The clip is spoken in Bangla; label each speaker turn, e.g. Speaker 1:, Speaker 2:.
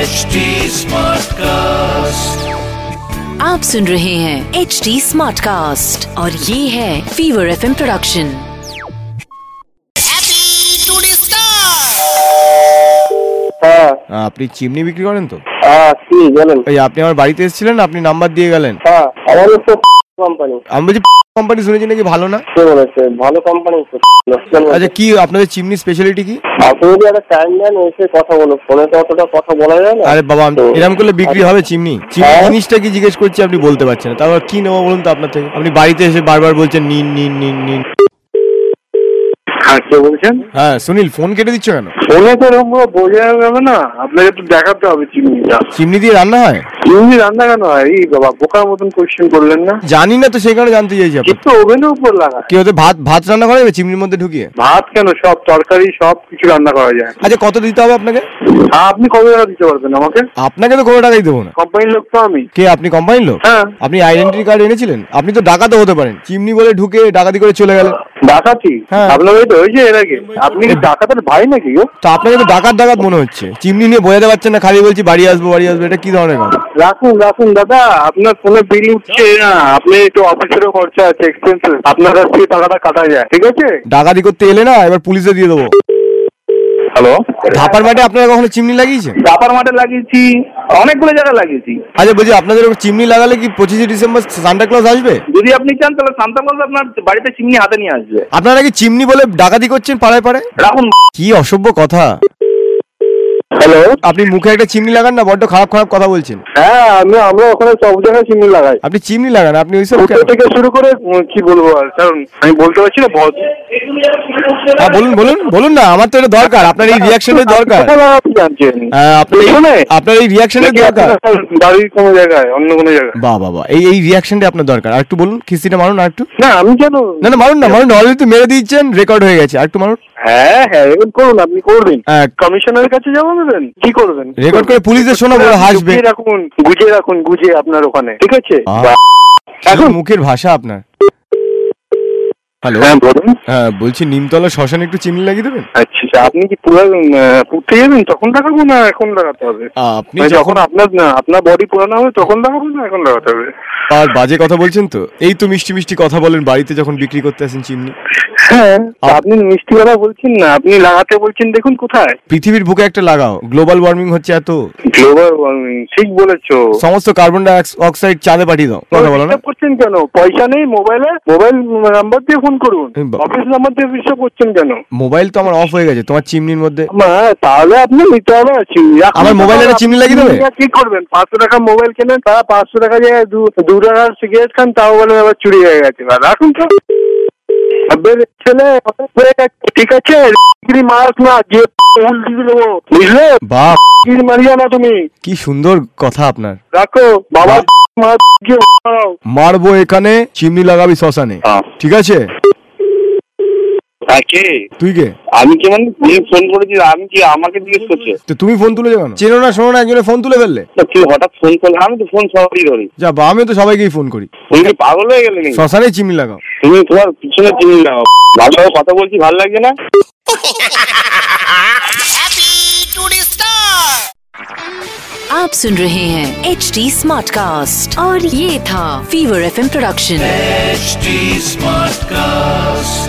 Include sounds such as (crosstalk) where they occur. Speaker 1: HD Smartcast.
Speaker 2: आप सुन रहे हैं एच डी स्मार्ट कास्ट और ये है फीवर एफ प्रोडक्शन
Speaker 3: হ্যাঁ
Speaker 4: আপনি চিমনি বিক্রি করেন তো
Speaker 3: হ্যাঁ কি বলেন
Speaker 4: এই আপনি আমার বাড়িতে এসেছিলেন আপনি নাম্বার দিয়ে গেলেন
Speaker 3: হ্যাঁ আমাদের তো কোম্পানি
Speaker 4: আমি বলছি কোম্পানি শুনেছি নাকি ভালো না
Speaker 3: কে বলেছে ভালো কোম্পানি
Speaker 4: আচ্ছা কি আপনাদের চিমনি স্পেশালিটি কি
Speaker 5: আচ্ছা,
Speaker 3: আপনি যদি একটা টাইম নেন এসে কথা বলো ফোনে তো অতটা কথা বলা যায়
Speaker 5: আচ্ছা,
Speaker 3: না
Speaker 4: আরে বাবা আমি-
Speaker 3: তো-
Speaker 4: এরকম করলে বিক্রি হবে চিমনি চিমনি
Speaker 3: হ্যাঁ।
Speaker 4: জিনিসটা কি জিজ্ঞেস করছি আপনি বলতে পারছেন না তারপর কি নেবো বলুন তো আপনার থেকে আপনি বাড়িতে এসে বারবার বলছেন নিন নিন নিন নিন
Speaker 5: হ্যাঁ কে বলছেন
Speaker 4: হ্যাঁ সুনীল ফোন কেটে দিচ্ছ কেন
Speaker 5: ফোনে তো এরকম করে বোঝা যাবে না আপনাকে তো দেখাতে হবে চিমনিটা
Speaker 4: চিমনি দিয়ে রান্না হয়
Speaker 5: চিমনি রান্না কেন হয় এই বাবা বোকার মতন কোয়েশ্চেন করলেন না
Speaker 4: জানি না তো সেই কারণে জানতে চাইছি আপনার
Speaker 5: কিন্তু ওভেনের উপর লাগায়
Speaker 4: কি হতে ভাত ভাত রান্না করা যাবে চিমনির মধ্যে ঢুকিয়ে
Speaker 5: ভাত কেন সব তরকারি সব কিছু রান্না করা যায়
Speaker 4: আচ্ছা কত দিতে হবে আপনাকে
Speaker 5: হ্যাঁ, আপনি কবে টাকা দিতে পারবেন আমাকে
Speaker 4: আপনাকে তো কোনো টাকাই দেবো না
Speaker 5: কোম্পানির লোক তো আমি
Speaker 4: কে আপনি কোম্পানির লোক
Speaker 5: হ্যাঁ
Speaker 4: আপনি আইডেন্টি কার্ড এনেছিলেন আপনি তো ডাকাতে হতে পারেন চিমনি বলে ঢুকে ডাকাতি করে চলে গেলেন
Speaker 5: ডাকাতি
Speaker 4: হ্যাঁ।
Speaker 5: আপনার ওই তো হয়েছে এর আগে আপনি কি ডাকাতের ভাই নাকি গো
Speaker 4: তো আপনাকে তো ডাকাত ডাকাত মনে হচ্ছে চিমনি নিয়ে বোঝাতে পারছেন না খালি বলছি বাড়ি আসবো বাড়ি আসবো এটা কি ধরনের কথা
Speaker 5: রাখুন রাখুন দাদা আপনার ফোনে বিল উঠছে না আপনি একটু অফিসেরও খরচা আছে এক্সপেন্সেস আপনার কাছ থেকে টাকাটা কাটা যায় ঠিক আছে
Speaker 4: ডাকাতি করতে এলে না এবার পুলিশে দিয়ে দেবো
Speaker 5: হ্যালো
Speaker 4: ধাপার মাঠে আপনারা কখনো চিমনি লাগিয়েছেন
Speaker 5: দাপার মাঠে লাগিয়েছি অনেকগুলো জায়গায় লাগিয়েছি
Speaker 4: আচ্ছা বলছি আপনাদের ওপর চিমনি লাগালে কি পঁচিশে ডিসেম্বর সান্টা ক্লজ আসবে
Speaker 5: যদি আপনি চান তাহলে সান্তা ক্লজ আপনার বাড়িতে চিমনি হাতে নিয়ে আসবে
Speaker 4: আপনারা কি চিমনি বলে ডাকাতি করছেন পাড়ায় পাড়ায়
Speaker 5: রাখুন
Speaker 4: কি অসভ্য কথা
Speaker 3: হ্যালো
Speaker 4: আপনি মুখে একটা চিমনি লাগান না বড্ড খারাপ খারাপ কথা বলছেন
Speaker 5: হ্যাঁ আমি আমরা ওখানে সব জায়গায় চিমনি লাগাই
Speaker 4: আপনি চিমনি লাগান আপনি ওইসব কেন?
Speaker 5: উত্তর থেকে শুরু করে উম, কি বলবো আর কারণ আমি বলতে পারছি না ভদ
Speaker 4: হ্যাঁ (laughs) বলুন বলুন বলুন না আমার তো এটা দরকার আপনার এই (laughs) রিয়াকশনের দরকার
Speaker 5: কোথায় লাগাতে জানছেন
Speaker 4: হ্যাঁ, আপনার
Speaker 5: এখানে?
Speaker 4: এই- আপনার এই রিয়াকশনের
Speaker 5: নাকি
Speaker 4: দরকার
Speaker 5: আপনার বাড়ির কোনো জায়গায় অন্য কোনো জায়গায়
Speaker 4: বাহ বাহ বাহ এই এই রিয়াকশনটা আপনার দরকার আর একটু বলুন খিস্তিটা মারুন আর একটু
Speaker 5: না আমি কেন
Speaker 4: না না মারুন না মারুন অলরেডি তো মেরে দিয়েছেন রেকর্ড হয়ে গেছে আর একটু মারুন
Speaker 5: হ্যাঁ হ্যাঁ এখন করুন আপনি করবেন
Speaker 4: হ্যাঁ।
Speaker 5: কমিশনারের কাছে জমা দেবেন কি করবেন
Speaker 4: রেকর্ড করে পুলিশে শোনাবো ওরা হাসবে
Speaker 5: গুজিয়ে রাখুন গুজিয়ে রাখুন গুজিয়ে আপনার ওখানে ঠিক আছে
Speaker 4: আহ।
Speaker 5: বা-
Speaker 4: কি
Speaker 5: এখন
Speaker 4: মুখের ভাষা আপনার হ্যালো
Speaker 5: হ্যাঁ বলুন
Speaker 4: হ্যাঁ বলছি নিমতলা শ্মশানে একটু চিমনি লাগিয়ে দেবেন
Speaker 5: আচ্ছা আচ্ছা, আপনি কি পুরো পুড়তে যাবেন তখন লাগাবো না এখন লাগাতে হবে
Speaker 4: আহ, আপনি
Speaker 5: মানে
Speaker 4: যখন
Speaker 5: যখন আপনার না আপনার বডি পুরানো হবে তখন লাগাবো না এখন লাগাতে হবে
Speaker 4: আর বাজে কথা বলছেন তো এই তো মিষ্টি মিষ্টি কথা বলেন বাড়িতে যখন বিক্রি করতে আসেন চিমনি
Speaker 5: হ্যাঁ তা আপনি মিষ্টি কথা বলছেন না আপনি লাগাতে বলছেন দেখুন কোথায়
Speaker 4: পৃথিবীর বুকে একটা লাগাও গ্লোবাল ওয়ার্মিং হচ্ছে এত
Speaker 5: গ্লোবাল ওয়ার্মিং ঠিক বলেছো
Speaker 4: সমস্ত কার্বন ডাই অক্সাইড চাঁদে পাঠিয়ে দাও কথা বলো না
Speaker 5: হিসাব করছেন কেন পয়সা নেই মোবাইলে মোবাইল নাম্বার দিয়ে ফোন করুন
Speaker 4: এই বাবা।
Speaker 5: অফিস নাম্বার দিয়ে হিসাব করছেন কেন
Speaker 4: মোবাইল তো আমার অফ হয়ে গেছে তোমার চিমনির মধ্যে
Speaker 5: মা তাহলে আপনি নিতে হবে আছি
Speaker 4: আমার মোবাইলে একটা চিমনি লাগিয়ে দেবে?
Speaker 5: কি করবেন পাঁচশো টাকা মোবাইল কেনেন তারা পাঁচশো টাকা জায়গায় দু- দু টাকার সিগারেট খান তাও বলে আবার চুরি হয়ে গেছে বা রাখুন তো আবে রে ছেলে অনেক হয়ে গেছে, ঠিক আছে বিক্রি মারস না যে উল দিয়ে দেবো বুঝলে
Speaker 4: বা
Speaker 5: বিক্রি মারিও না তুমি
Speaker 4: কি সুন্দর কথা আপনার
Speaker 5: রাখো বাবা মার গিয়ে মারাও।
Speaker 4: মারবো এখানে চিমনি লাগাবি শ্মশানে ঠিক আছে
Speaker 6: তাকে
Speaker 4: তুই কে
Speaker 6: আমি কি মানে তুমি ফোন করেছি আমি কি আমাকে জিজ্ঞেস করছে
Speaker 4: তো তুমি ফোন তুলে কেন চেনো না শোনো না একজনে ফোন তুলে ফেললে
Speaker 6: তো তুই হঠাৎ ফোন করলে আমি তো ফোন সবাই ধরি
Speaker 4: যা বা আমিও তো সবাইকেই ফোন করি
Speaker 6: তুমি কি পাগল হয়ে গেলে নাকি?
Speaker 4: শ্মশানে চিমনি লাগাও
Speaker 6: তুমি তোমার পিছনে চিনি নাও ভালোভাবে কথা বলছি ভালো লাগছে না
Speaker 2: आप सुन रहे हैं एच डी स्मार्ट कास्ट और ये था fever F production
Speaker 1: HD Smartcast.